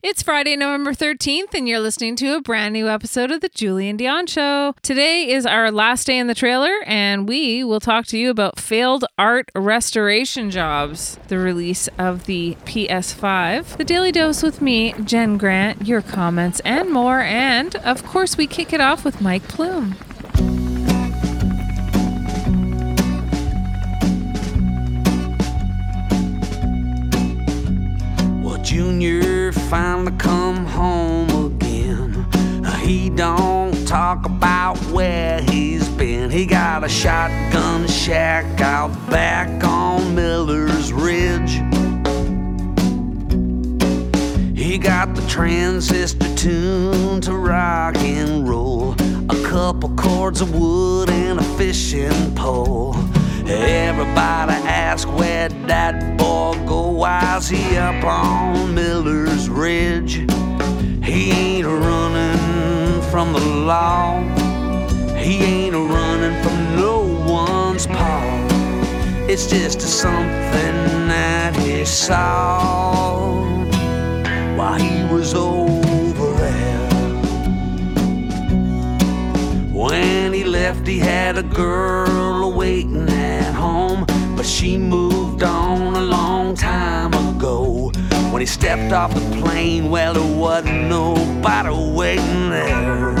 It's Friday, November 13th, and you're listening to a brand new episode of The Julie and Dion Show. Today is our last day in the trailer, and we will talk to you about failed art restoration jobs, the release of the PS5, the Daily Dose with me, Jen Grant, your comments, and more. And of course, we kick it off with Mike Plume. Well, Junior finally come home again. Uh, He don't talk about where he's been. He got a shotgun shack out back on Miller's Ridge. He got the transistor tuned to rock and roll. A couple cords of wood and a fishing pole. Everybody ask where that boy go. Why's he up on Miller's Ridge? He ain't running from the law. He ain't running from no one's paw. It's just something that he saw while he was over there. When he left, he had a girl waiting at home, but she moved on a long time ago. When he stepped off the plane, well, there wasn't nobody waiting there.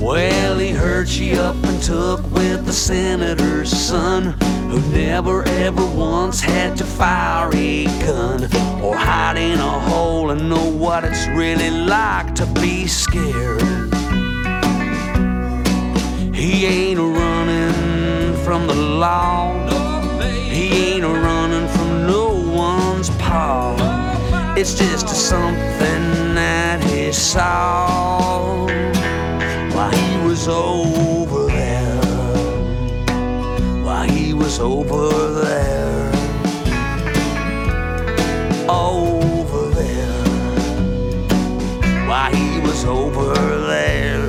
Well, he heard she up and took with the senator's son, who never ever once had to fire a gun or hide in a hole and know what it's really like to be scared. He ain't running from the law. He ain't running from no one's paw. It's just something that he saw while he was over there. While he was over there. Over there. While he was over there.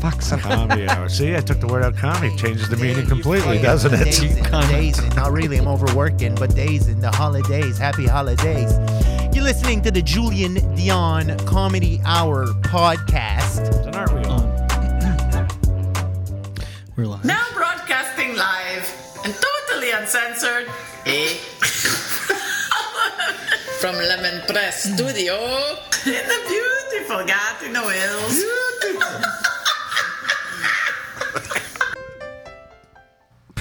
fuck something. Comedy Hour. See, I took the word out comedy. Changes the meaning completely, doesn't it? Days and days and not really. I'm overworking, but days in the holidays. Happy holidays. You're listening to the Julian Dion Comedy Hour podcast. Then aren't we all? We're live. Now broadcasting live and totally uncensored. Eh? From Lemon Press Studio in the beautiful Gatineau Hills.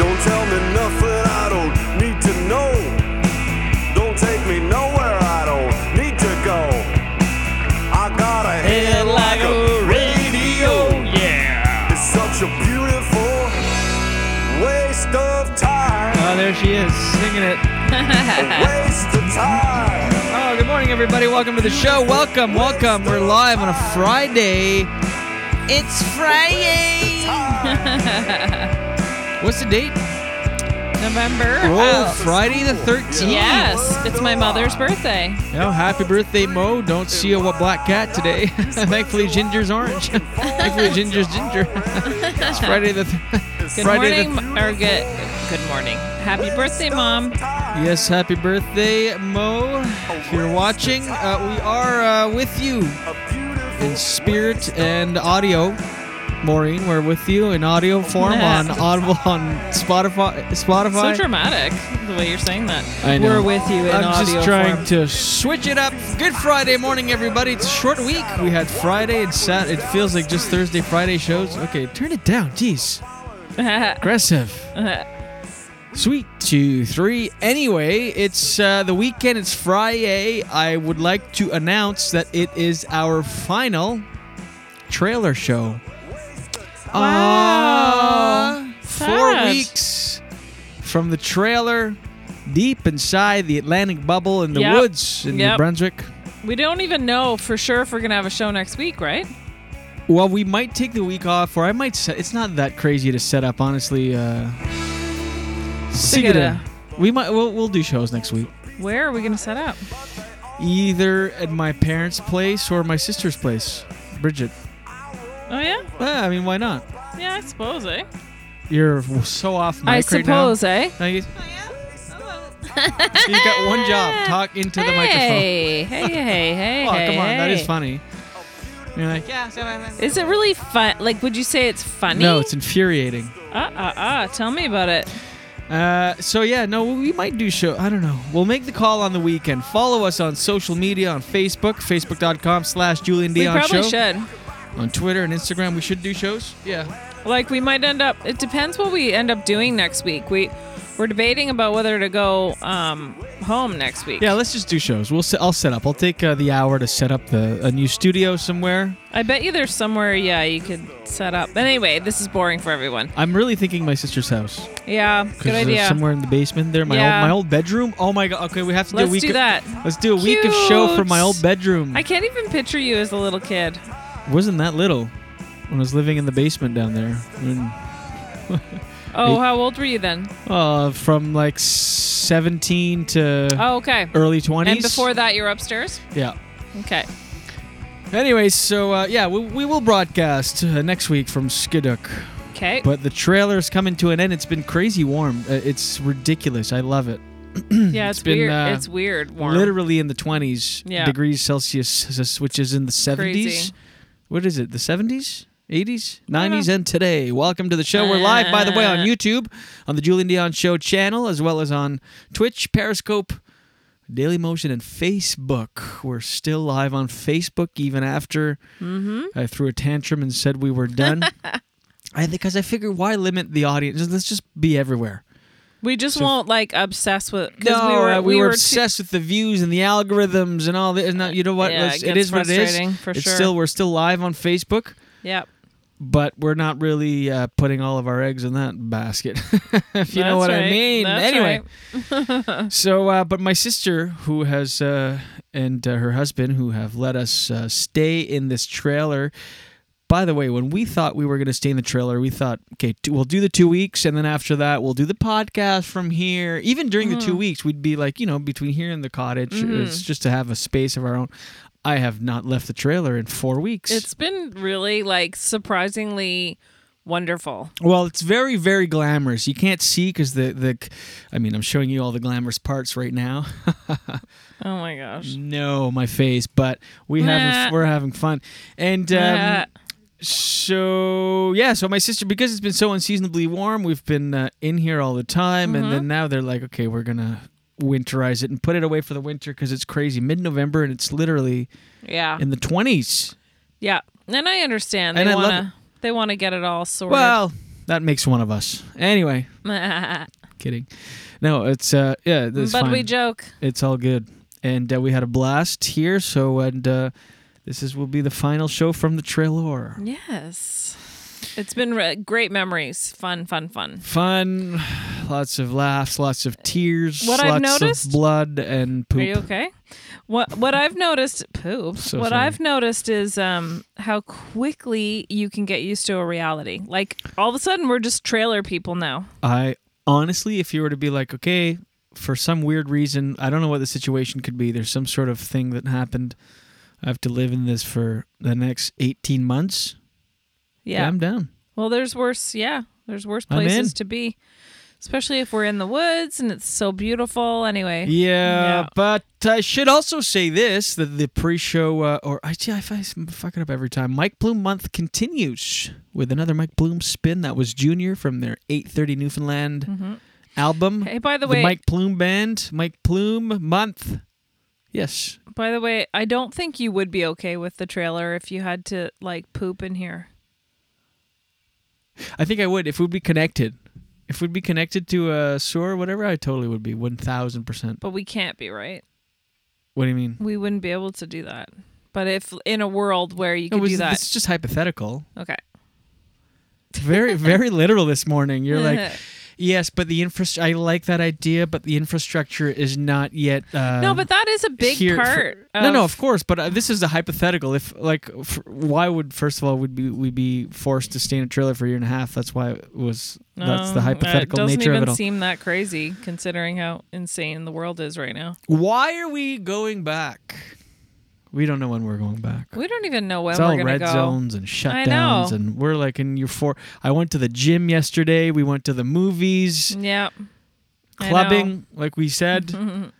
Don't tell me nothing I don't need to know. Don't take me nowhere I don't need to go. I got a head like a radio, yeah. It's such a beautiful waste of time. Oh, there she is, singing it. waste of time. Oh, good morning, everybody. Welcome to the show. Welcome, welcome. We're live on a Friday. It's Friday. What's the date? November. Oh, Friday the 13th. Yes, it's my mother's birthday. No, Oh, happy birthday, Mo. Don't see a wa- black cat today. Thankfully, Ginger's orange. Thankfully, Ginger's ginger. it's Friday the. Th- Good Friday morning, m- or good, good morning. Happy birthday, mom. The- yes, happy birthday, Mo. If you're watching, uh, we are uh, with you in spirit and audio. Maureen, we're with you in audio form on Audible, on Spotify. Spotify. So dramatic the way you're saying that. I know. We're with you in I'm audio just trying form. to switch it up. Good Friday morning, everybody. It's a short week. We had Friday and Sat. It feels like just Thursday, Friday shows. Okay, turn it down. Jeez, aggressive. Sweet two three. Anyway, it's uh, the weekend. It's Friday. I would like to announce that it is our final trailer show. Ah, four Sad. weeks from the trailer, deep inside the Atlantic bubble in the Yep. woods in New Yep. Brunswick. we don't even know for sure if we're gonna have a show next week, right? Well, we might take the week off, or I might. Set, it's not that crazy to set up, honestly. Uh, Sigida, Sigida. we might. We'll, we'll do shows next week, Where are we gonna set up? either at my parents' place or my sister's place, Bridget. Oh yeah, Well, I mean, why not? yeah, I suppose, eh? You're so off mic I right suppose, now. eh? Now you, you got one job: talk into the microphone. Hey, hey, hey, hey, Oh, come on, hey, that is hey. funny. You're like, yeah. Is it really fun? Like, would you say it's funny? No, it's infuriating. Uh, uh, uh. Tell me about it. Uh, so yeah, no, we might do show. I don't know. We'll make the call on the weekend. Follow us on social media on Facebook, facebook.com slash Julian We Dion probably Show. should. On Twitter and Instagram, we should do shows. Yeah. Like, we might end up. It depends what we end up doing next week. We we're debating about whether to go um home next week. Yeah, let's just do shows. We'll set, I'll set up. I'll take uh, the hour to set up the a new studio somewhere. I bet you there's somewhere. Yeah, you could set up. But anyway, this is boring for everyone. I'm really thinking my sister's house. Yeah, 'Cause good there's idea. Somewhere in the basement there, my Yeah. old my old bedroom. Oh my god. Okay, we have to do Let's a week. do of- that. Let's do a week of show for my Cute. old bedroom. I can't even picture you as a little kid. wasn't that little when I was living in the basement down there. When- Oh, Eight- how old were you then? Uh, from like 17 to Oh, okay. early 20s. And before that, you're upstairs. Yeah. Okay. Anyway, so uh, yeah, we, we will broadcast uh, next week from Skidook. 'Kay. But the trailer's coming to an end. It's been crazy warm. Uh, it's ridiculous. I love it. yeah, it's, been, weird. uh, it's weird. Warm. Literally in the 20s Yeah. degrees Celsius, which is in the 70s. Crazy. What is it? The 70s? 80s, 90s, and today. Welcome to the show. We're live, by the way, on Uh. YouTube, on the Julian Dion Show channel, as well as on Twitch, Periscope, Daily Motion, and Facebook. We're still live on Facebook even after Mhm. I threw a tantrum and said we were done. I because I figure why limit the audience? Just- Let's just be everywhere. We just So- won't like obsess with. 'cause No, we were, uh, we were too- obsessed with the views and the algorithms and all that. And that- you know what? Yeah, Let's- it it gets is what it is. frustrating, for it's sure. still we're still live on Facebook, Yep. but we're not really uh, putting all of our eggs in that basket. if you know That's what I right. mean. That's anyway, right. so uh, but my sister who has uh, and uh, her husband who have let us uh, stay in this trailer by the way when we thought we were going to stay in the trailer we thought okay two, we'll do the two weeks and then after that we'll do the podcast from here even during the two Mhm. weeks we'd be like you know between here and the cottage Mhm. it's just to have a space of our own i have not left the trailer in four weeks it's been really like surprisingly wonderful. Well, it's very, very glamorous. You can't see because the the, I mean, I'm showing you all the glamorous parts right now. Oh my gosh. no, my face, but we Nah. have we're having fun, and um, Nah. so yeah. So my sister, because it's been so unseasonably warm, we've been uh, in here all the time, Mhm. and then now they're like, okay, we're gonna winterize it and put it away for the winter because it's crazy mid-November and it's literally Yeah. in the 20s. yeah. And I understand. They And I love wanna they wanna get it all sorted. Well, that makes one of us. Anyway, but kidding. No, it's uh yeah, it's fine. we joke. It's all good, and uh, we had a blast here. So, and uh, this is will be the final show from the trailer. Yes. It's been re- great memories. Fun, fun, fun. Fun, lots of laughs, lots of tears, What lots I've noticed- of blood and poop. Are you okay? What what I've noticed poop. So what sorry. I've noticed is um how quickly you can get used to a reality. Like all of a sudden we're just trailer people now. I honestly, if you were to be like, okay, for some weird reason, I don't know what the situation could be. There's some sort of thing that happened. I have to live in this for the next 18 months. Yeah. I'm down. Well, there's worse. Yeah, there's worse I'm in. places to be, especially if we're in the woods and it's so beautiful. Anyway. Yeah, but I should also say this that the pre show, uh, or I, gee, I f- I fuck it up every time. Mike Bloom month continues with another Mike Bloom spin. That was Junior from their 830 Newfoundland Mhm. album. Hey, by the way- Mike Plume Band, Mike Plume month. Yes. By the way, I don't think you would be okay with the trailer if you had to like poop in here. I think I would if we'd be connected. If we'd be connected to a sewer or whatever, I totally would be 1000%. But we can't be right. What do you mean? We wouldn't be able to do that. But if in a world where you No, could this- do that, This is just hypothetical. okay. very very literal this morning you're like yes but the infrastructure i like that idea but the infrastructure is not yet uh, no, but that is a big here for- part. no of- no of course but uh, this is a hypothetical if like f- why would first of all would be we be forced to stay in a trailer for a year and a half that's why it was that's No, the hypothetical um, uh, It doesn't nature even of it all seem that crazy considering how insane the world is right now. why are we going back we don't know when we're going back We don't even know when it's we're all gonna red go. zones and I know. shutdowns, and we're like in your four. I went to the gym yesterday. We went to the movies, Yeah. Mm, I know. Mm-hmm. clubbing, like we said.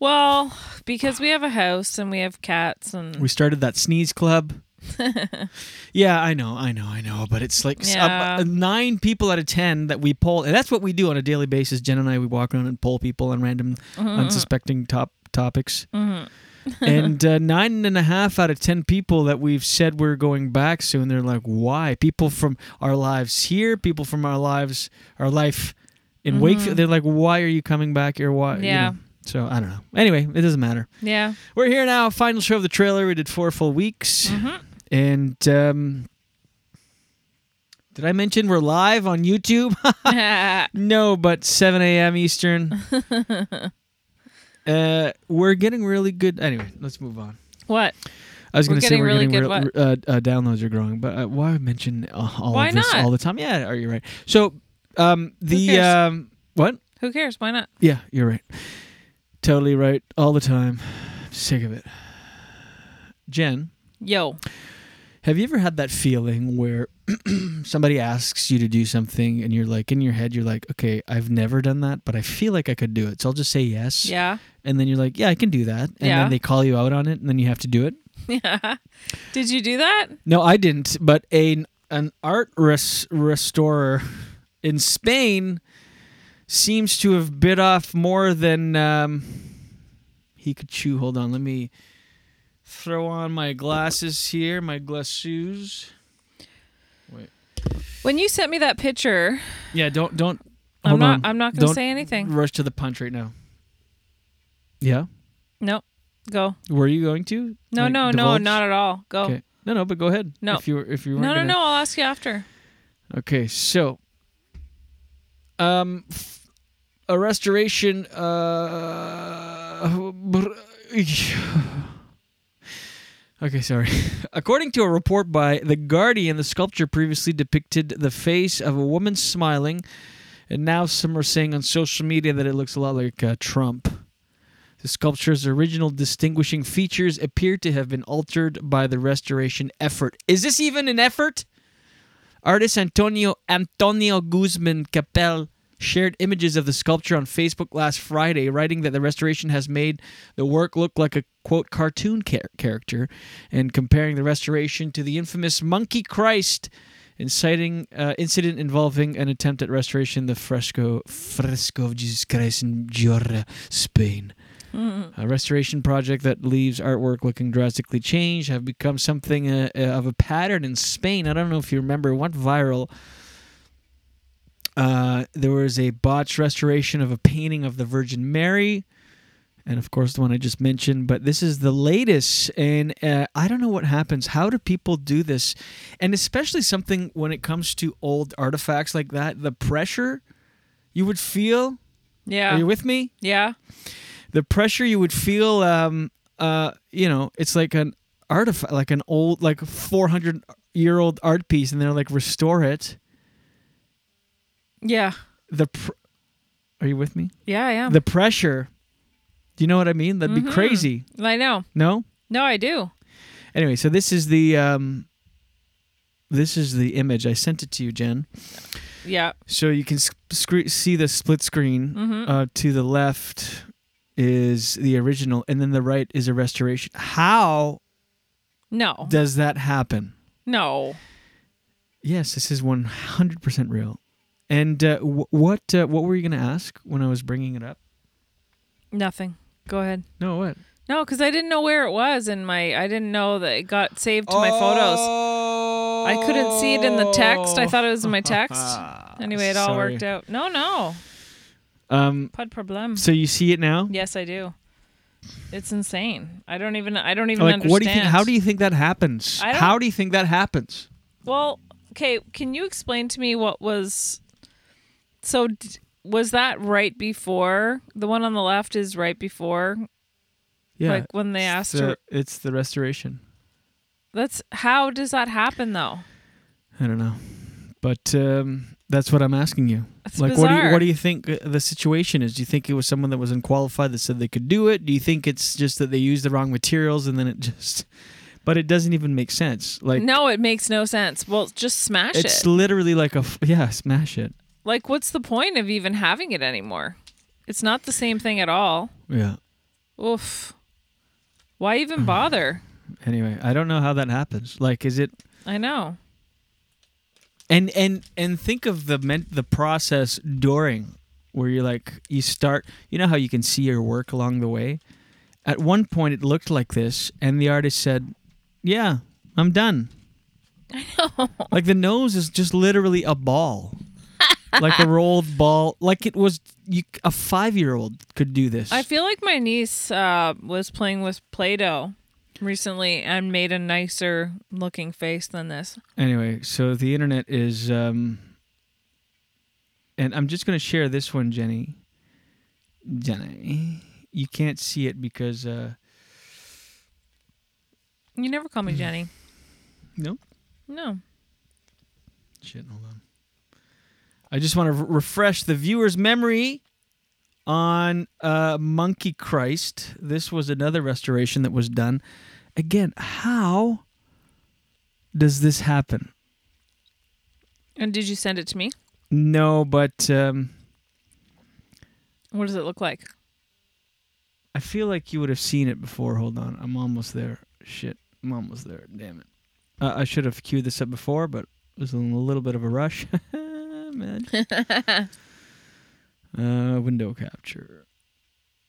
Well, because we have a house and we have cats and We started that sneeze club. Yeah, I know, I know, I know. But it's like s- Yeah. uh, uh, nine people out of ten that we poll, and that's what we do on a daily basis. Jen and I, we walk around and poll people on random, Mhm. unsuspecting top topics. Mhm. and uh, nine and a half out of ten people that we've said we're going back soon, they're like, "Why?" People from our lives here, people from our lives, our life in Mhm. Wakefield, they're like, "Why are you coming back here? Why?" you Yeah. know. So I don't know. Anyway, it doesn't matter. yeah. We're here now. Final show of the trailer. We did four full weeks, Mm-hmm. and um, did I mention we're live on YouTube? no, but 7 a.m. Eastern. uh, we're getting really good. Anyway, let's move on. What? I was We're going to say getting we're really getting good real, what? Uh, uh, downloads are growing, but uh, why mention uh, all Why of this not? all the time? Yeah, are you right? So um, the cares? um, what? Who cares? Why not? Yeah, you're right. Totally right all the time. Sick of it. Jen, Yo. Have you ever had that feeling where somebody asks you to do something and you're like, in your head, you're like, okay, I've never done that, but I feel like I could do it. So I'll just say yes. Yeah. And then you're like, yeah, I can do that. And Yeah. then they call you out on it and then you have to do it. Yeah. Did you do that? No, I didn't. But a an art res- restorer in Spain seems to have bit off more than um, he could chew. Hold on, let me throw on my glasses here, my glasses. When you sent me that picture, Yeah, don't don't. I'm hold not- on. I'm not gonna Don't say anything. Rush to the punch right now. Yeah, no. Go. were you going to? No, Like, no, no, divulge? not at all. Go. Okay. No, no, but go ahead. No. if you were, if you No, no, weren't gonna- no. I'll ask you after. Okay, so um f- a restoration uh Okay, sorry. According to a report by The Guardian, the sculpture previously depicted the face of a woman smiling, and now some are saying on social media that it looks a lot like uh, Trump. The sculpture's original distinguishing features appear to have been altered by the restoration effort. Is this even an effort? Artist Antonio Antonio Guzman Capel shared images of the sculpture on Facebook last Friday, writing that the restoration has made the work look like a quote cartoon char- character, and comparing the restoration to the infamous Monkey Christ inciting uh, incident involving an attempt at restoration the fresco fresco of Jesus Christ in Giorra, Spain. Mm. A restoration project that leaves artwork looking drastically changed have become something uh, uh, of a pattern in Spain. I don't know if you remember what viral. Uh, there was a botched restoration of a painting of the Virgin Mary, and of course the one I just mentioned. But this is the latest, and uh, I don't know what happens. How do people do this? And especially something when it comes to old artifacts like that, the pressure you would feel. Yeah. Are you with me? Yeah. the pressure you would feel um uh you know it's like an artifact like an old like 400 year old art piece and they're like restore it Yeah. the pr- are you with me Yeah, I am. the pressure do you know what i mean that'd Mhm. be crazy I know. no No, I do. anyway so this is the um this is the image i sent it to you jen Yeah. So you can sc- scre- see the split screen. Mhm. Uh, to the left is the original, and then the right is a restoration. How No. does that happen? No. Yes, this is one hundred percent real. And uh, wh- what uh, what were you going to ask when I was bringing it up? Nothing. Go ahead. No, what? No, because I didn't know where it was in my. I didn't know that it got saved to my photos. I couldn't see it in the text. I thought it was in my text. anyway, it all Sorry. worked out. No, no. Um, Pas de problème. So you see it now? Yes, I do. It's insane. I don't even. I don't even like, understand. what do you think? How do you think that happens? I don't- How do you think that happens? Well, okay. Can you explain to me what was? So, d- was that right before the one on the left is right before? Like when they it's asked the- her. It's the restoration. That's how does that happen though? I don't know, but um, that's what I'm asking you. That's like, what do you bizarre. what do you think uh, the situation is? Do you think it was someone that wasn't qualified that said they could do it? Do you think it's just that they used the wrong materials and then it just? But it doesn't even make sense. Like, no, it makes no sense. Well, just smash it's it. literally like a f- yeah, smash it. like, what's the point of even having it anymore? It's not the same thing at all. Yeah. Oof. Why even bother? Anyway, I don't know how that happens. Like, is it I know. and and and think of the meant the process during where you're like you start you know how you can see your work along the way at one point it looked like this and the artist said yeah i'm done I know. like the nose is just literally a ball like a rolled ball like it was you a five year old could do this I feel like my niece uh, was playing with Play-Doh recently and made a nicer looking face than this. Anyway, so the internet is, um, and I'm just going to share this one, Jenny. Jenny, you can't see it because uh, You never call Mm. me Jenny. No? No. shit. Hold on. I just want to r- refresh the viewer's memory on uh, Monkey Christ. This was another restoration that was done. Again, how does this happen? And did you send it to me? No, but um, What does it look like? I feel like you would have seen it before. Hold on, I'm almost there. Shit, I'm almost there. Damn it. Uh, I should have queued this up before, but it was in a little bit of a rush. Man. uh, window capture.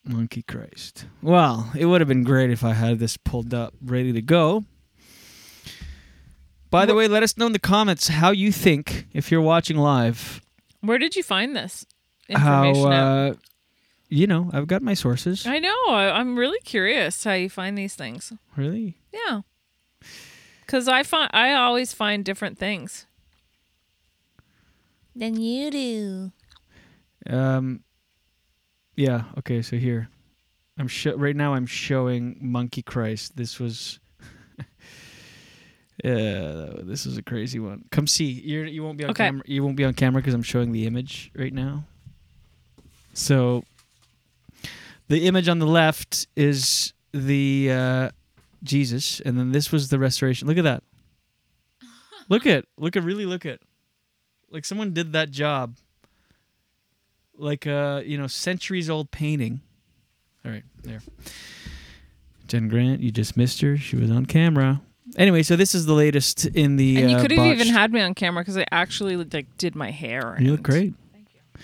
Monkey Christ. Well, it would have been great if I had this pulled up, ready to go. By the way, let us know in the comments how you think if you're watching live. Where did you find this How information? at? uh, you know, I've got my sources. I know. I, I'm really curious how you find these things. Really? Yeah. Cause I find I always find different things. Than you do. Um, yeah. Okay. So here, I'm sho- right now. I'm showing Monkey Christ. This was. Yeah, that- this is a crazy one. Come see. You're, you won't be on Okay. camera. You won't be on camera because I'm showing the image right now. So, the image on the left is the uh, Jesus, and then this was the restoration. Look at that. Look at look at really look at, like someone did that job. Like a you know centuries old painting. All right, there. Jen Grant, you just missed her. She was on camera. Anyway, so this is the latest in the. And you uh, could have even botched- had me on camera because I actually like did my hair. You look great. Thank you.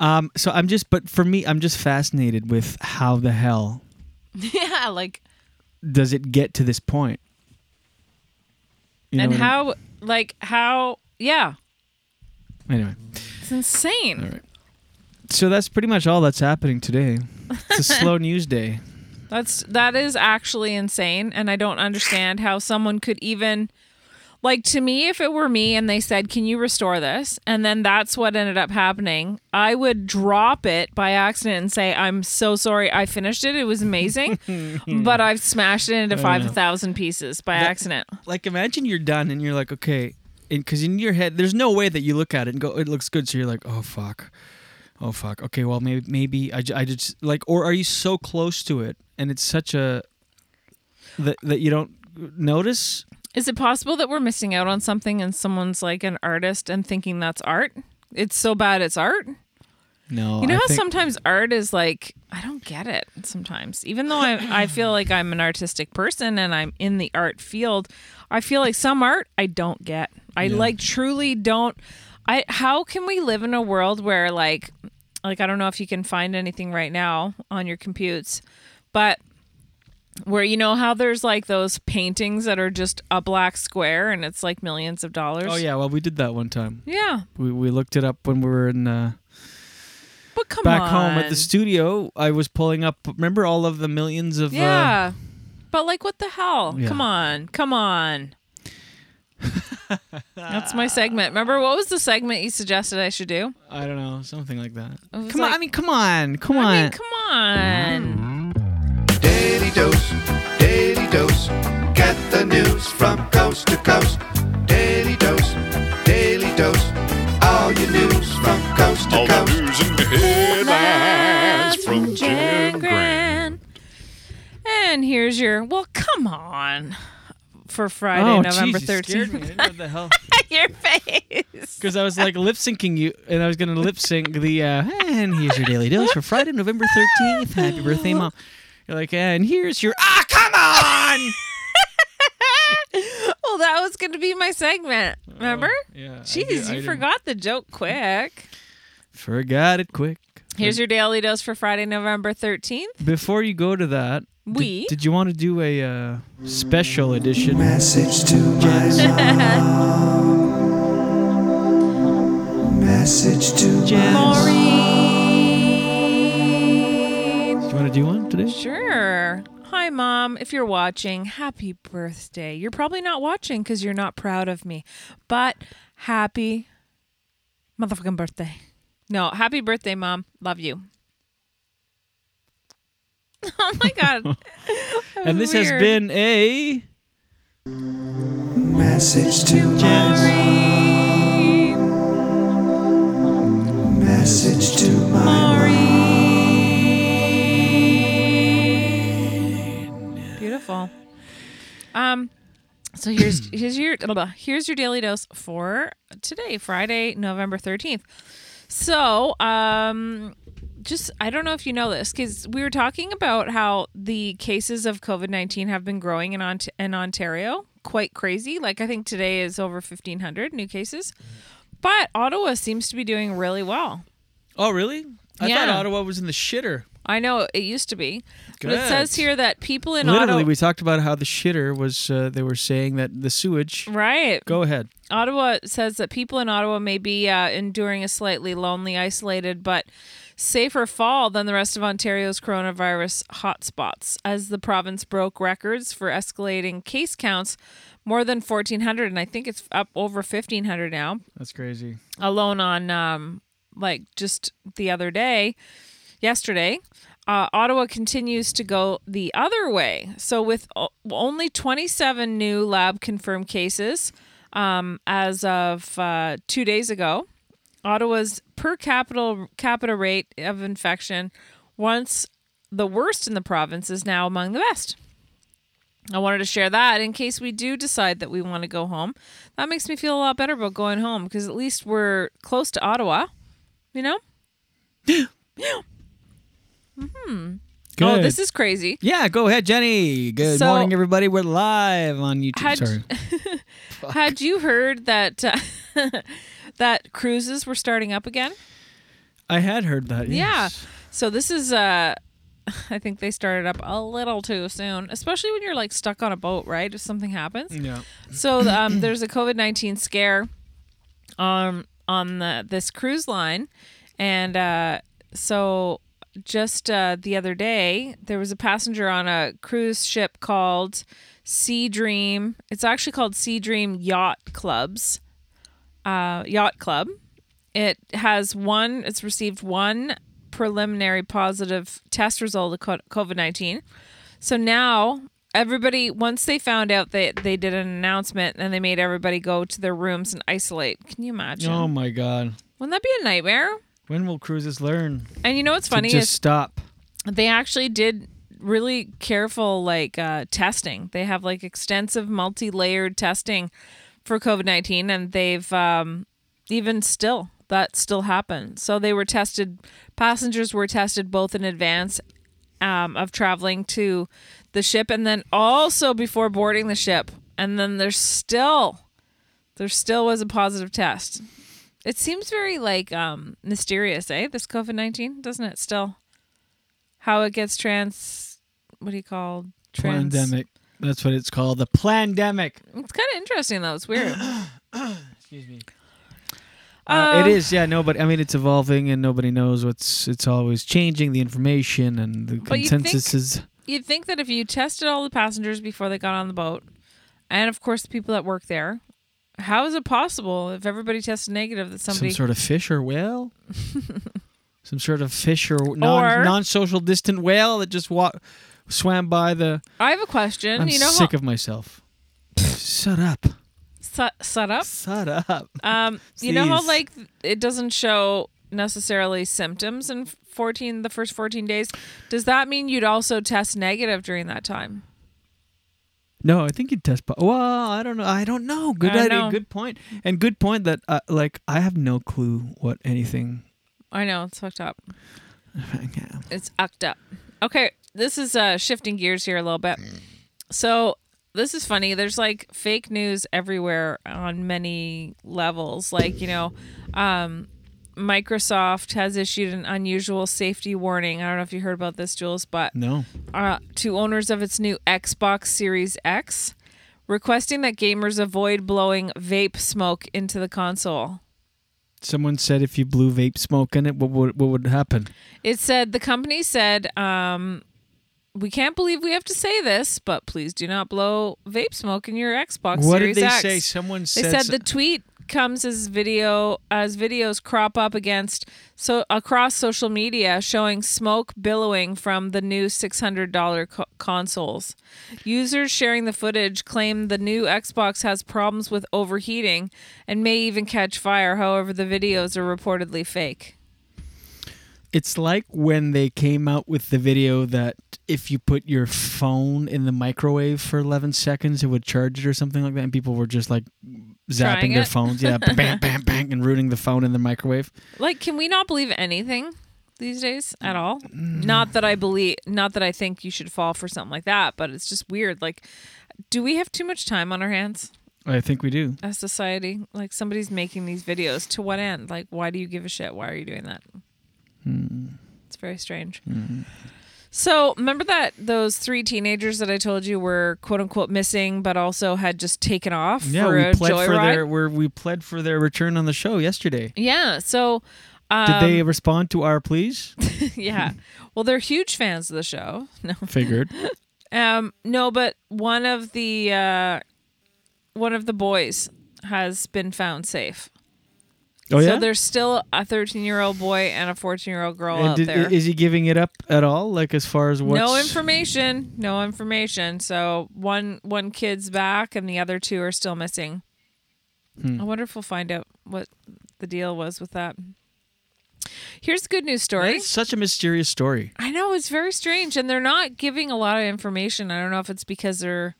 Um, so I'm just, but for me, I'm just fascinated with how the hell yeah, like does it get to this point? You know and what I- how like how yeah. Anyway, It's insane. so that's pretty much all that's happening today. It's a slow news day. That's that is actually insane and I don't understand how someone could even like to me if it were me and they said, "Can you restore this?" and then that's what ended up happening, I would drop it by accident and say, "I'm so sorry. I finished it. It was amazing, but I've smashed it into I know. 5,000 pieces by That- accident." Like, imagine you're done and you're like, okay, because in your head, there's no way that you look at it and go, it looks good. So you're like, oh fuck, oh fuck. Okay, well maybe maybe I, ju- I just like, or are you so close to it and it's such a that that you don't notice? Is it possible that we're missing out on something and someone's like an artist and thinking that's art? It's so bad it's art? No, you know I how think- sometimes art is like I don't get it sometimes. Even though I I feel like I'm an artistic person and I'm in the art field, I feel like some art I don't get. I Yeah. like truly don't I how can we live in a world where like like I don't know if you can find anything right now on your computes, but where you know how there's like those paintings that are just a black square and it's like millions of dollars. Oh yeah, well we did that one time. Yeah. we we looked it up when we were in. Uh, But come back on. home at the studio, I was pulling up. Remember all of the millions of uh, Yeah. but like what the hell? Yeah. Come on. Come on. That's my segment. Remember what was the segment you suggested I should do? I don't know, something like that. It was Come on, like- I mean, come on, come on. Oh. I mean, come Mm, on. Daily dose, daily dose. Get the news from coast to coast. Daily dose, daily dose. All your news from coast to coast. All the news and headlines from Jen Grand. And here's your well, come on. For Friday, Oh, November geez, you scared me. I thirteenth. didn't know what the hell. your face. Because I was like lip syncing you, and I was gonna lip sync the uh, and here's your daily dose for Friday, November thirteenth. Happy birthday, mom. You're like, and here's your ah, come on. Well, that was gonna be my segment. Remember? Oh, yeah, I Jeez, do- I you do. forgot the joke quick. Forgot it quick. Here's your daily dose for Friday, November thirteenth. Before you go to that, did- We- did, you want to do a uh, special edition message to Message to Do you want to do one today? Sure. Hi, Mom. If you're watching, happy birthday. You're probably not watching because you're not proud of me, but happy motherfucking birthday. No, happy birthday, Mom. Love you. Oh my God. And this has Weird. been a Message to Message to Beautiful. Um, So here's here's your blah, blah, here's your daily dose for today, Friday, November thirteenth. So, um, just I don't know if you know this because we were talking about how the cases of COVID nineteen have been growing in Ont- in Ontario quite crazy. Like I think today is over fifteen hundred new cases, but Ottawa seems to be doing really well. Oh, really? I Yeah. thought Ottawa was in the shitter. I know it used to be, but it Good. says here that people in Literally, Ottawa we talked about how the shitter was. Uh, they were saying that the sewage. right Go ahead. Ottawa says that people in Ottawa may be uh, enduring a slightly lonely, isolated, but safer fall than the rest of Ontario's coronavirus hotspots, as the province broke records for escalating case counts more than 1,400, and I think it's up over 1,500 now That's crazy. alone on um like just the other day yesterday uh, ottawa continues to go the other way so with o- only 27 new lab confirmed cases um, as of uh, two days ago ottawa's per capita capita rate of infection once the worst in the province is now among the best I wanted to share that in case we do decide that we want to go home. That makes me feel a lot better about going home because at least we're close to Ottawa, you know? hmm. Oh, this Good. is crazy. Yeah, go ahead, Jenny. Good So- morning, everybody. We're live on YouTube. Had- Sorry. Had you heard that uh, that cruises were starting up again? I had heard that. Yeah. So this is uh I think they started up a little too soon, especially when you're like stuck on a boat, right? If something happens. Yeah. So um there's a COVID-19 scare um on the this cruise line and uh so just uh the other day there was a passenger on a cruise ship called Sea Dream. It's actually called Sea Dream Yacht Clubs uh, yacht club. It has one. It's received one preliminary positive test result of COVID nineteen. So now everybody, once they found out that they, did an announcement, and they made everybody go to their rooms and isolate. Can you imagine? Oh my God. Wouldn't that be a nightmare? When will cruises learn? And you know what's funny to is just stop. they actually did really careful like uh, testing they have like extensive multi-layered testing for covid-19 and they've um, even still that still happened so they were tested passengers were tested both in advance um, of traveling to the ship and then also before boarding the ship and then there's still there still was a positive test it seems very like um, mysterious eh this covid-19 doesn't it still how it gets trans what do you call trans Pandemic. That's what it's called. The pandemic. it's kind of interesting though it's weird excuse me Uh, it is, yeah, no, but I mean, it's evolving, and nobody knows what's. It's always changing the information and the But you'd consensus think- is. you'd think that if you tested all the passengers before they got on the boat and of course the people that work there how is it possible if everybody tested negative that somebody some sort of fish or whale, some sort of fish or non Or- non-social distant whale that just wa- swam by the. i have a question I'm you know sick how, of myself. Shut up! shut, shut up Shut up! um you know how Jeez. like it doesn't show necessarily symptoms in 14 the first 14 days does that mean you'd also test negative during that time No, I think you'd test. Po- well, I don't know. I don't know. Good I don't idea. know. Good point. And good point that uh, like I have no clue what anything. I know it's fucked up. It's ucked up. Okay, this is uh shifting gears here a little bit. So this is funny. There's like fake news everywhere on many levels. Like you know, um, Microsoft has issued an unusual safety warning. I don't know if you heard about this, Jules, but No. uh, to owners of its new Xbox Series X, requesting that gamers avoid blowing vape smoke into the console. Someone said if you blew vape smoke in it, what would what would happen? It said the company said, um, "We can't believe we have to say this, but please do not blow vape smoke in your Xbox What did Series they X." say? Someone they said said s- the tweet comes as video as videos crop up against so across social media showing smoke billowing from the new $600 co- consoles. Users sharing the footage claim the new Xbox has problems with overheating and may even catch fire. However, the videos are reportedly fake. It's like when they came out with the video that if you put your phone in the microwave for 11 seconds, it would charge it or something like that. And people were just like zapping Trying their it. phones. Yeah, bam, bam, bam, and rooting the phone in the microwave. Like, can we not believe anything these days at all? Mm. Not that I believe, not that I think you should fall for something like that, but it's just weird. Like, do we have too much time on our hands I think we do. as society? Like, somebody's making these videos. To what end? Like, why do you give a shit? Why are you doing that? Hmm. It's very strange. So remember that those three teenagers that I told you were quote unquote missing, but also had just taken off Yeah, for we a pled for joyride. their we're, we pled for their return on the show yesterday. yeah. So um, Did they respond to our pleas? yeah. Well, they're huge fans of the show. No. Figured. Um, no, but one of the uh, one of the boys has been found safe. Oh, yeah? So there's still a 13 year old boy and a 14 year old girl And out did- there. Is he giving it up at all? Like as far as what's no information. No information. So one one kid's back and the other two are still missing. Hmm. I wonder if we'll find out what the deal was with that. Here's a good news story. It's such a mysterious story. I know it's very strange, and they're not giving a lot of information. I don't know if it's because they're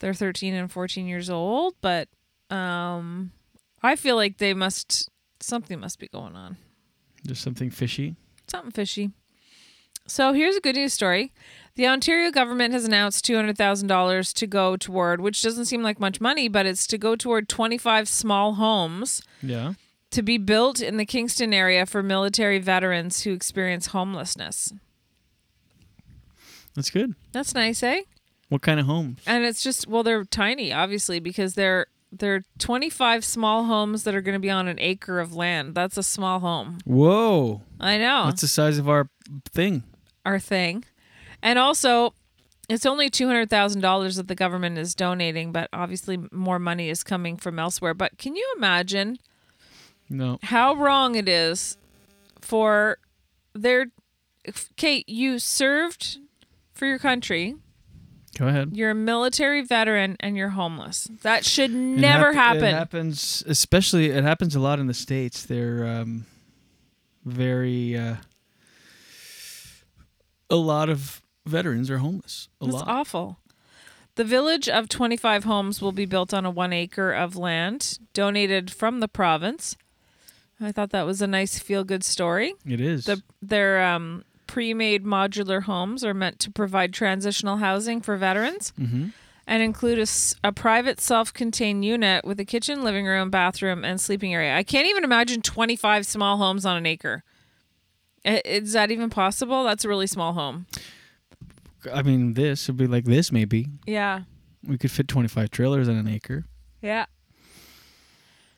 they're thirteen and fourteen years old, but um, I feel like they must something must be going on, There's something fishy. something fishy. So here's a good news story: the Ontario government has announced two hundred thousand dollars to go toward, which doesn't seem like much money, but it's to go toward twenty five small homes Yeah. to be built in the Kingston area for military veterans who experience homelessness. That's good. That's nice, eh? What kind of home? And it's just well, they're tiny, obviously, because they're they're 25 small homes that are going to be on an acre of land. That's a small home. Whoa. I know That's the size of our thing. our thing, and also it's only two hundred thousand dollars that the government is donating, but obviously more money is coming from elsewhere. But can you imagine No. how wrong it is for their Kate? You served for your country. Go ahead. You're a military veteran and you're homeless. That should never it hap- happen. It happens, especially it happens a lot in the states. They're um, very. Uh, a lot of veterans are homeless. A That's lot. awful. The village of 25 homes will be built on a one acre of land donated from the province. I thought that was a nice feel good story. It is. The, their um, pre made modular homes are meant to provide transitional housing for veterans Mm-hmm. and include a, s- a private self contained unit with a kitchen, living room, bathroom, and sleeping area. I can't even imagine 25 small homes on an acre. I- Is that even possible? That's a really small home. I mean, this would be like this. Maybe Yeah. we could fit 25 trailers in an acre. Yeah.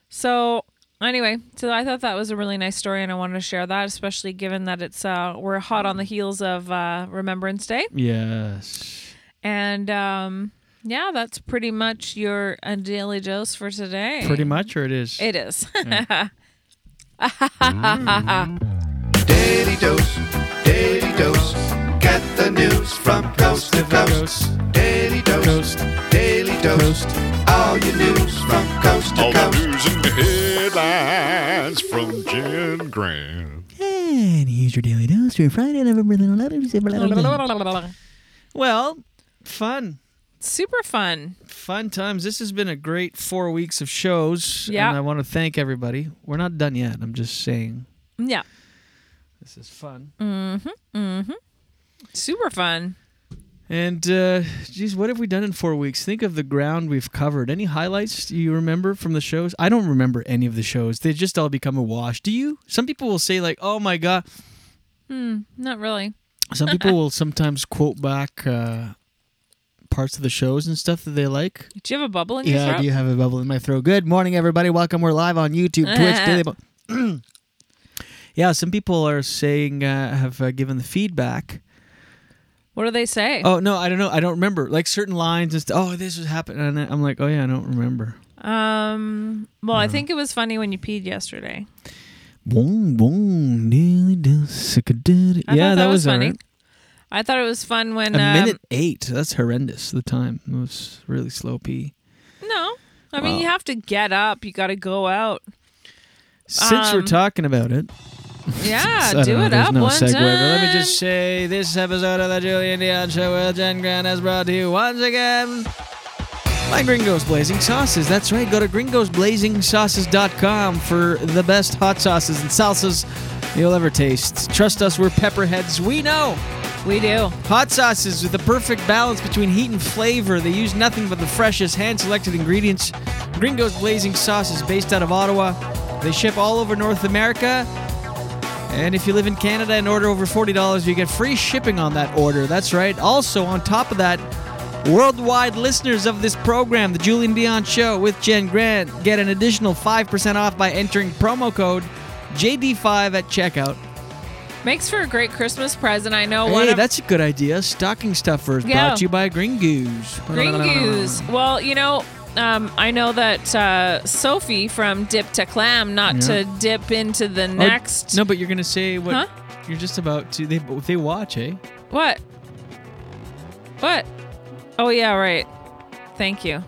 So anyway, so I thought that was a really nice story, and I wanted to share that, especially given that it's uh, we're hot on the heels of uh, Remembrance Day, Yes. and um, yeah, that's pretty much your uh, daily dose for today. Pretty much, or it is. It is. Yeah. Daily dose, daily dose. Get the news from coast to coast. Daily dose, daily dose. All your news from coast to All the coast. news and the headlines from Jen Graham. And here's your daily dose for Friday, November the 11th. Well, fun. Super fun. Fun times. This has been a great four weeks of shows. Yeah. And I want to thank everybody. We're not done yet. I'm just saying. Yeah. This is fun. Mhm. Mhm. Super fun. And, uh, geez, what have we done in four weeks? Think of the ground we've covered. Any highlights you remember from the shows? I don't remember any of the shows. They just all become a wash. Do you? Some people will say, like, oh my God. Hmm. Not really. Some people will sometimes quote back uh, parts of the shows and stuff that they like. Do you have a bubble in your Yeah, throat? do you have a bubble in my throat? Good morning, everybody. Welcome. We're live on YouTube, Uh-huh. Twitch, Daily. Bu- yeah, some people are saying uh, have uh, given the feedback. what do they say? Oh no, I don't know. I don't remember. Like certain lines and st- oh, this was happening, and I'm like, oh yeah, I don't remember. Um. Well, I think it was funny when you peed yesterday. Boom, boom, nearly done, sick-a-did it. I Yeah, thought that, was, all funny. right. I thought it was fun when A um, minute eight. That's horrendous. The time it was really slow pee. No, I mean Wow. you have to get up. You got to go out. Since we're Um, talking about it, Yeah, I don't do know, it there's up no one segue, but let me time. just say this episode of the Julian Dion Show with Jen Grant is brought to you once again by Gringos Blazing Sauces. That's right. Go to gringosblazingsauces.com for the best hot sauces and salsas you'll ever taste. Trust us, we're pepperheads. We know. We do. Hot sauces with the perfect balance between heat and flavor. They use nothing but the freshest, hand selected ingredients. Gringos Blazing Sauces, based out of Ottawa. They ship all over North America. And if you live in Canada and order over $40, you get free shipping on that order. That's right. Also, on top of that, worldwide listeners of this program, The Julian Dion Show with Jen Grant, get an additional 5% off by entering promo code JD5 at checkout. Makes for a great Christmas present. I know one Hey, of that's a good idea. Stocking stuffers Yeah. brought to you by Green Goose. Green Goose. Well, you know, um, I know that uh, Sophie from Dip to Clam, not Yeah. to dip into the Oh, next. no, but you're gonna say what? Huh? You're just about to. They they watch, eh? What? What? Oh yeah, right. Thank you.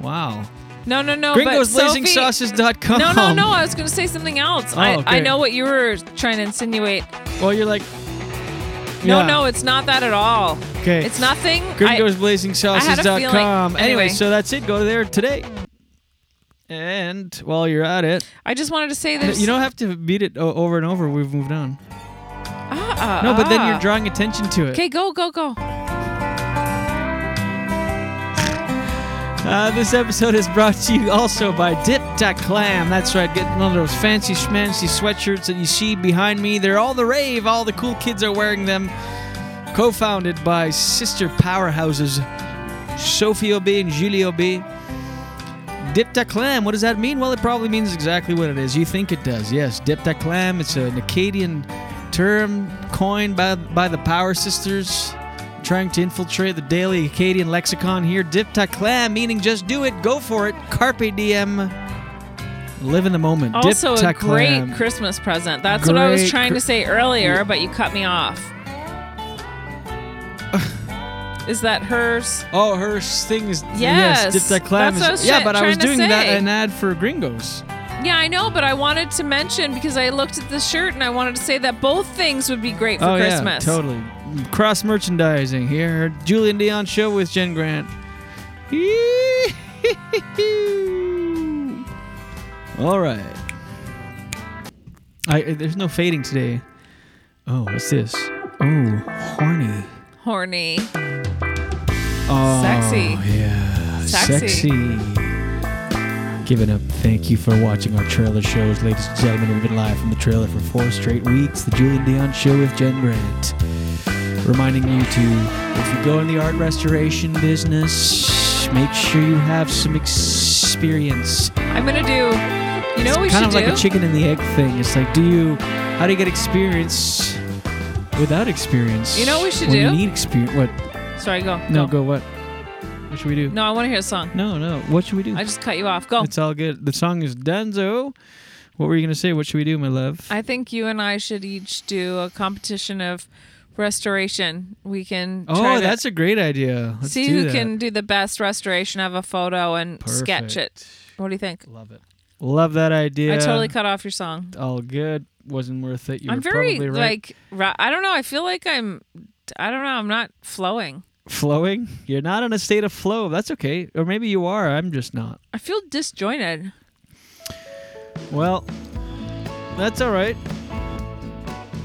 Wow. No, no, no. Oh, but Sophie- GringosBlazingSauces.com. No, no, no. I was going to say something else. I, Oh, I okay. know what you were trying to insinuate. Well, you're like. No, Yeah. no, it's not that at all. Okay. It's nothing. I- GringosBlazingSauces.com. I had a feeling- anyway. Anyway, so that's it. Go there today. And while you're at it, I just wanted to say this. you don't have to beat it o- over and over. We've moved on. Ah, no, but then ah. you're drawing attention to it. Okay, go, go, go. Uh, this episode is brought to you also by Dip.Clam. That's right, get one of those fancy schmancy sweatshirts that you see behind me. They're all the rave, all the cool kids are wearing them. Co founded by sister powerhouses Sophie Obey and Julie Obey. Diptaclam, what does that mean? Well, it probably means exactly what it is. You think it does, yes. Diptaclam, it's an Acadian term coined by, by the Power Sisters, trying to infiltrate the daily Acadian lexicon here. Diptaclam, meaning just do it, go for it, carpe diem, live in the moment. Also, a Diptaclam. great Christmas present. That's what I was Great trying cr- to say earlier, but you cut me off. Is that hers? Oh, her thing is Yes, Diptaclam that's is- what I was yeah, try- but I trying was to doing that say. an ad for Gringos. Yeah, I know, but I wanted to mention because I looked at the shirt and I wanted to say that both things would be great for oh Christmas. yeah, totally. Cross merchandising here. Julian Dion show with Jen Grant. All right. I, there's no fading today. Oh, what's this? Oh, horny. Horny. Oh, Sexy. Yeah. Sexy. Giving up. Thank you for watching our trailer shows, ladies and gentlemen. We've been live from the trailer for four straight weeks. The Julian Dion Show with Jen Grant. Reminding you to, if you go in the art restoration business, make sure you have some experience. I'm gonna do. You know what we It's kind should of like do? a chicken and the egg thing. It's like, do you, how do you get experience without experience? You know what we should When do? You need experience. What? Sorry, go. No, go. go what? What should we do? No, I want to hear a song. No, no. What should we do? I just cut you off. Go. It's all good. The song is Dunzo. What were you gonna say? What should we do, my love? I think you and I should each do a competition of restoration. We can. try Oh, to that's a great idea. Let's see do who that. can do the best restoration of a photo and sketch it. What do you think? Love it. Love that idea. I totally cut off your song. All good. Wasn't worth it. You I'm were very probably right. like ra- I don't know. I feel like I'm. I don't know. I'm not flowing. flowing. You're not in a state of flow. That's okay. Or maybe you are. I'm just not. I feel disjointed. Well, that's all right.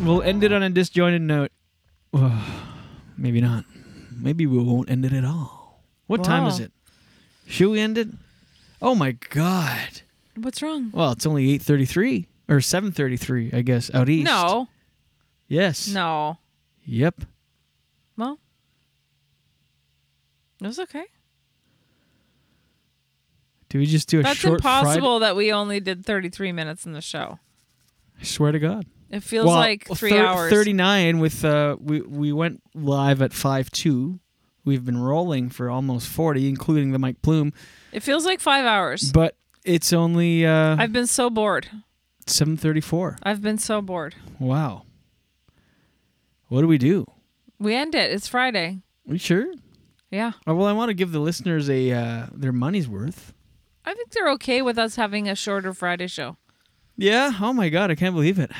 We'll end it on a disjointed note. maybe not. Maybe we won't end it at all. What time is Wow. it? Should we end it? Oh my god. What's wrong? Well, it's only 8:33 or 7:33, I guess, out east. No. Yes. No. Yep. Well, it was okay. Do we just do a That's short impossible that we only did 33 minutes in the show. Friday? I swear to god. It feels Well, like three thir- hours. 39 with uh we we went live at 5:2. We've been rolling for almost 40 including the Mike Plume, It feels like five hours. but it's only uh I've been so bored. 7:34. I've been so bored. Wow. What do we do? We end it. It's Friday. We sure? Yeah. Oh, well, I want to give the listeners a uh, their money's worth. I think they're okay with us having a shorter Friday show. Yeah. Oh my God, I can't believe it.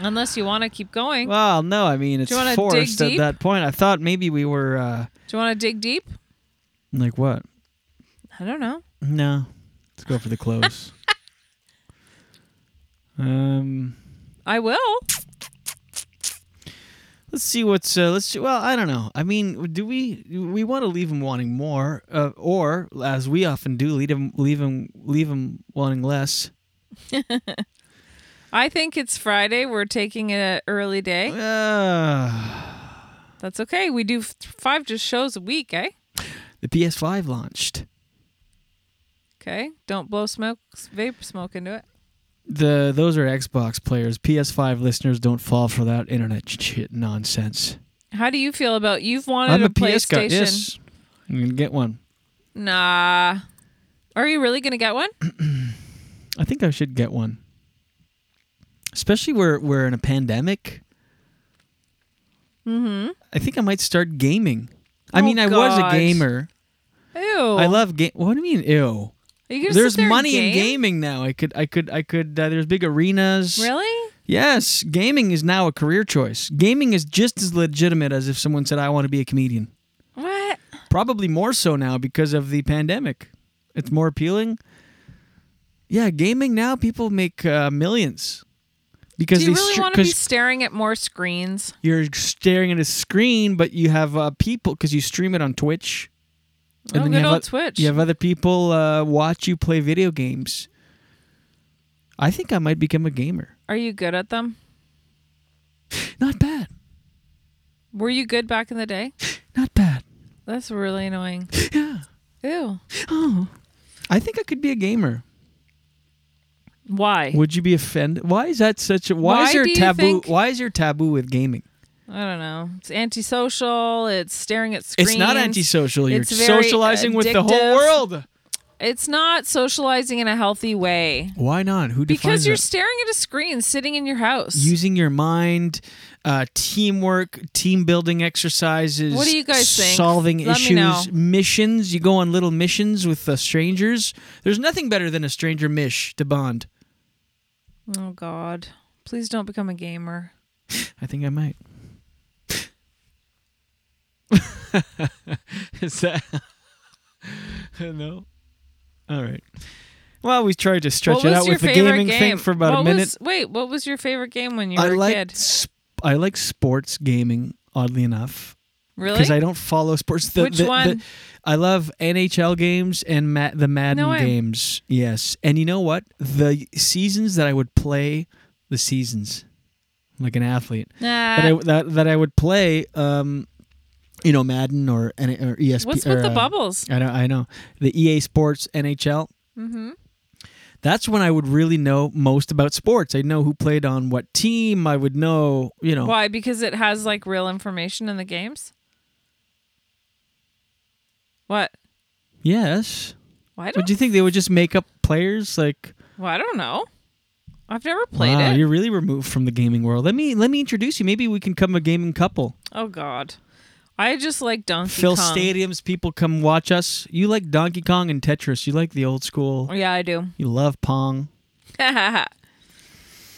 Unless you want to keep going. Well, no, I mean it's Do you wanna dig forced at deep? that point. I thought maybe we were uh Do you want to dig deep? like what? I don't know. No, let's go for the close. um, I will. let's see what's uh, let's see, well, I don't know. I mean, do we we want to leave him wanting more, uh, or as we often do, leave him leave him leave him wanting less? I think it's Friday. We're taking an early day. Oh, Uh, That's okay. We do f- five just shows a week, eh? The PS5 launched. Okay. Don't blow smoke, vapor smoke into it. The those are Xbox players. PS5 listeners don't fall for that internet shit nonsense. How do you feel about you've wanted I'm a, PS PlayStation? guy. Yes, I'm gonna get one. Nah. Are you really gonna get one? I think I should get one. Especially where we're in a pandemic. Mm-hmm. I think I might start gaming. I Oh, mean, I was God. a gamer. Ew. I love game. What do you mean, ew? Are you gonna sit There's there and money in game? gaming now. I could, I could, I could. Uh, there's big arenas. Really? Yes, gaming is now a career choice. Gaming is just as legitimate as if someone said, "I want to be a comedian." What? Probably more so now because of the pandemic. It's more appealing. Yeah, gaming now people make uh, millions because do you they really str- want to be 'cause staring at more screens? you're staring at a screen, but you have uh, people because you stream it on Twitch. Oh, you good have old oth- Twitch. You have other people uh, watch you play video games. I think I might become a gamer. Are you good at them? Not bad. Were you good back in the day? Not bad. That's really annoying. Yeah. Ew. Oh. I think I could be a gamer. Why? Would you be offended? Why is that such a why, Why is your do you taboo think- why is your taboo with gaming? I don't know. It's antisocial. It's staring at screens. It's not antisocial. You're It's very socializing with the whole addictive. world. It's not socializing in a healthy way. Why not? Who defines Because you're that? staring at a screen sitting in your house. using your mind, uh, teamwork, team building exercises. What do you guys think? Solving Let me issues, know. missions. You go on little missions with uh, strangers. There's nothing better than a stranger mish to bond. oh God. Please don't become a gamer. I think I might. Is that no? All right. Well, we tried to stretch what it was out your with the favorite gaming game? thing for about What a was- minute. wait, what was your favorite game when you I were like a kid? Sp- I like sports gaming. Oddly enough, Really? because I don't follow sports. The, Which the- the- one? I love NHL games and ma- the Madden way. games. Yes, and you know what? The seasons that I would play, the seasons, like an athlete Nah. that I that, that I would play. Um, you know Madden or N- or ESPN. What's with or, the uh, bubbles? I know. I know the EA Sports NHL. Mm-hmm. That's when I would really know most about sports. I'd know who played on what team. I would know, you know. Why? Because it has like real information in the games? What? Yes. Why don't Would you think they would just make up players like? Well, I don't know. I've never played wow, it. you're really removed from the gaming world. Let me let me introduce you. Maybe we can come a gaming couple. Oh God, I just like Donkey Fill Kong. stadiums, people come watch us. You like Donkey Kong and Tetris. You like the old school. Oh, Yeah, I do. You love Pong.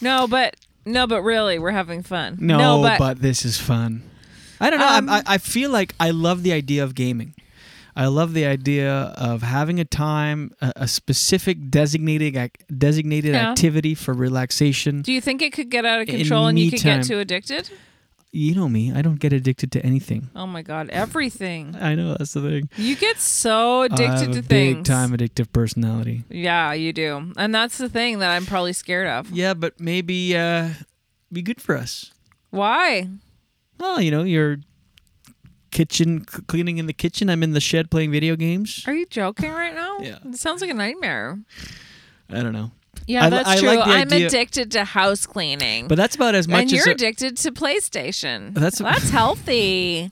no, but no, but really, we're having fun. No, but, Um, but, this is fun. I don't know. I'm- I, I feel like I love the idea of gaming. I love the idea of having a time, a, a specific designated ac- designated Yeah. activity for relaxation. do you think it could get out of In control and you me could time. get too addicted? You know me. I don't get addicted to anything. Oh my God, everything. I know that's the thing. You get so I have addicted to a things. Big time addictive personality. Yeah, you do, and that's the thing that I'm probably scared of. Yeah, but maybe uh, be good for us. Why? Well, you know, you're kitchen c- cleaning in the kitchen. I'm in the shed playing video games. Are you joking right now? Yeah. It sounds like a nightmare. I don't know. Yeah, I- that's I true. like the I'm idea- addicted to house cleaning. But that's about as much and as you're a- addicted to PlayStation. That's That's- that's healthy.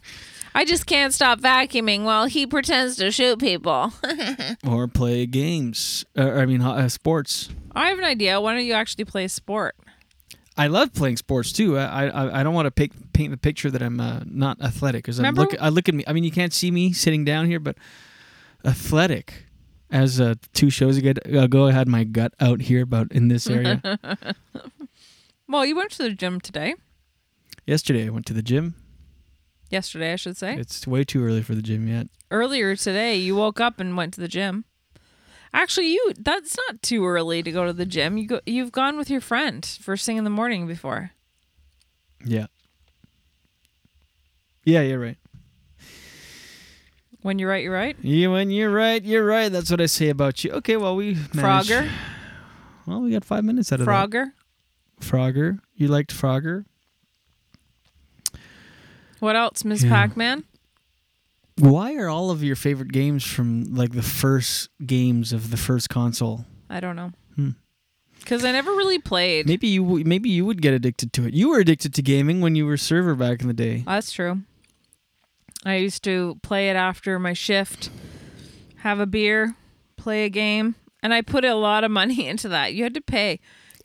I just can't stop vacuuming while he pretends to shoot people. or play games. Uh, I mean, ho- uh, sports. I have an idea. Why don't you actually play a sport? I love playing sports too. I I, I don't want to paint, paint the picture that I'm uh, not athletic because I Remember- look I look at me. I mean, you can't see me sitting down here, but athletic. as uh, two shows ago, ago, I had my gut out here about in this area. well, you went to the gym today. Yesterday, I went to the gym. Yesterday, I should say. It's way too early for the gym yet. Earlier today, you woke up and went to the gym. Actually, you that's not too early to go to the gym. You go, you've gone with your friend first thing in the morning before. Yeah. Yeah, you're right. When you're right, you're right. Yeah, when you're right, you're right. That's what I say about you. Okay, well we managed- Frogger. Well, we got five minutes out of that. Frogger. Frogger. You liked Frogger. What else, Ms. Yeah. Pac-Man? Why are all of your favorite games from like the first games of the first console? I don't know. Hmm. Because I never really played. Maybe you w- maybe you would get addicted to it. You were addicted to gaming when you were server back in the day. That's true. I used to play it after my shift, have a beer, play a game, and I put a lot of money into that. You had to pay.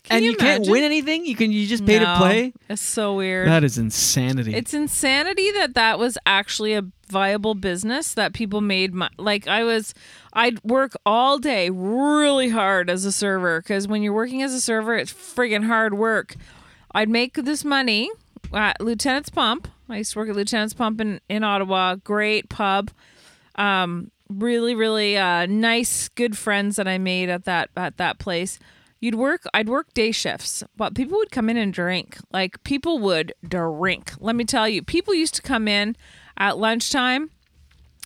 Can and you, can't imagine? win anything. You can you just pay to No. play. It's so weird. That is insanity. It's insanity that that was actually a viable business that people made. My, like I was, I'd work all day really hard as a server because when you're working as a server, it's friggin' hard work. I'd make this money at Lieutenant's Pump. I used to work at Lieutenant's Pump in in Ottawa. Great pub. Um, really, really uh, nice, good friends that I made at that at that place. You'd work. I'd work day shifts, but people would come in and drink. Like people would drink. Let me tell you, people used to come in at lunchtime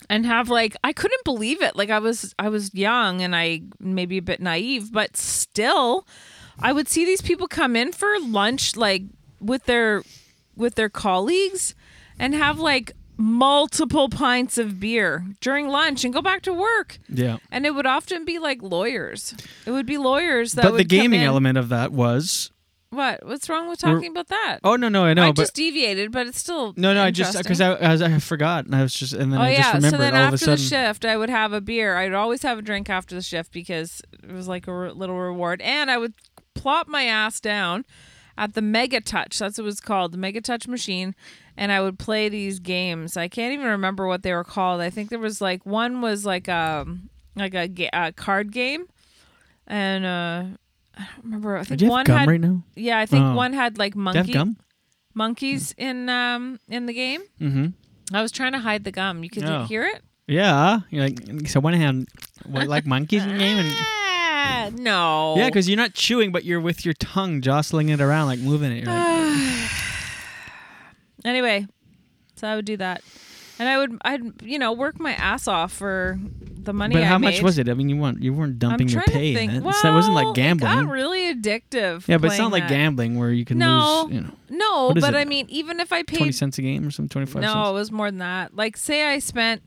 and have like I couldn't believe it. Like I was I was young and I maybe a bit naive, but still I would see these people come in for lunch like with their with their colleagues and have like multiple pints of beer during lunch and go back to work. yeah. And it would often be like lawyers. It would be lawyers that But would the come gaming in- element of that was What? What's wrong with We're- talking about that? Oh, no, no, I know, I but- just deviated, but it's still no, no. I just because interesting. I, I was- I forgot, and I was just and then oh I yeah. just remembered so then all after of a sudden. the shift, I would have a beer. I'd always have a drink after the shift because it was like a re- little reward, and I would plop my ass down at the Mega Touch. That's what it was called, the Mega Touch machine, and I would play these games. I can't even remember what they were called. I think there was like one was like um like a, ga- a card game, and uh, I don't remember. I think you have one gum had right now? yeah. I think Oh. one had like you have monkey gum? monkeys in um in the game. Mm-hmm. I was trying to hide the gum. You could Oh. hear it. Yeah, you're like so one hand, what, like monkeys in the game, and Ah, no. yeah, because you're not chewing, but you're with your tongue jostling it around, like moving Uh, it. You're like, anyway, so I would do that, and I would I'd you know work my ass off for the money. but how I much made. was it? I mean, you weren't you weren't I'm dumping your trying to pay. think. in it. So that wasn't Well, like it gambling. got really addictive. yeah, but it's playing not like that. gambling where you can No, lose, you know, no. What is But it? I mean, even if I paid twenty cents a game or something, twenty five no, it cents. was more than that. Like, say I spent,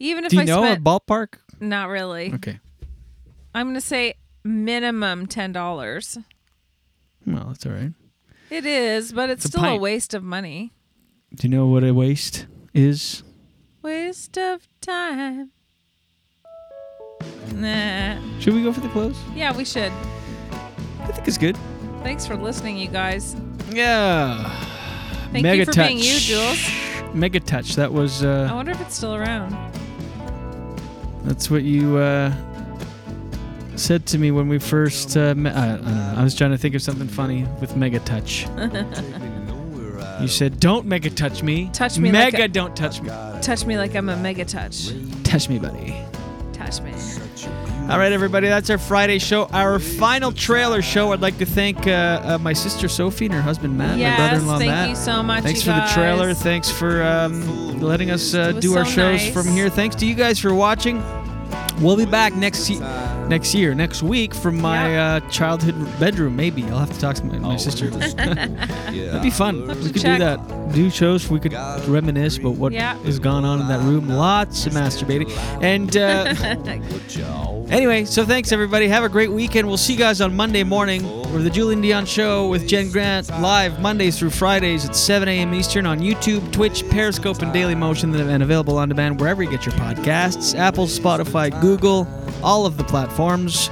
even if Do you I know spent, a ballpark? not really. Okay, I'm gonna say minimum ten dollars. well that's all right. It is, but it's, It's a still a pint. waste of money. Do you know what a waste is? Waste of time. Nah. Should we go for the close? Yeah, we should. I think it's good. Thanks for listening, you guys. Yeah. Thank you for being you, Jules. Mega touch. That was. I Uh, wonder if it's still around. that's what you uh, said to me when we first. Uh, me- I, I, don't know. I was trying to think of something funny with mega touch. You said, "Don't mega touch me. Touch me like Mega, a- don't touch me. touch me like I'm a mega touch. Touch me, buddy." Touch me. All right, everybody, that's our Friday show, our final trailer show. I'd like to thank uh, uh, my sister Sophie and her husband Matt, Yes, my brother-in-law thank Matt. you so much, Thanks you for guys. the trailer. Thanks for um, letting us uh, It was do our so shows nice. from here. Thanks to you guys for watching. We'll be back next ye- next year, next week from my uh, childhood bedroom. Maybe I'll have to talk to my, my sister. That'd be fun. Have We to could check. do that. Do shows. We could reminisce about what Yeah. has gone on in that room. Lots of masturbating. And uh, Anyway, so thanks everybody. Have a great weekend. We'll see you guys on Monday morning for the Julian Dion Show with Jen Grant live Mondays through Fridays at 7 a.m. Eastern on YouTube, Twitch, Periscope, and Daily Motion, and available on demand wherever you get your podcasts: Apple, Spotify, Google, all of the platforms,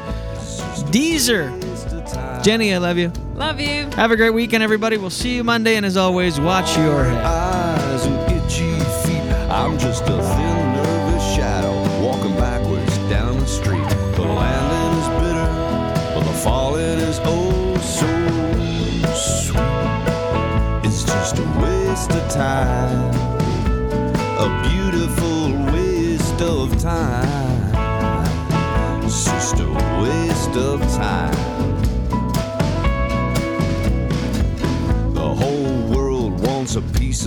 Deezer. Jenny, I love you. Love you. Have a great weekend, everybody. We'll see you Monday, and as always, watch your head. eyes and itchy feet. I'm just a thin, nervous shadow walking backwards down the street. oh time. A beautiful waste of time. It's just a waste of time. The whole world wants a piece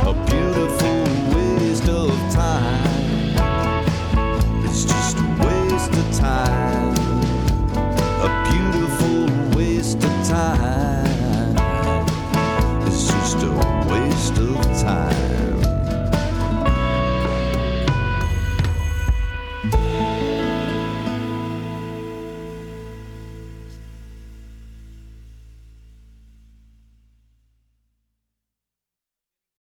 A beautiful waste of time. It's just a waste of time. A beautiful waste of time. It's just a waste of time.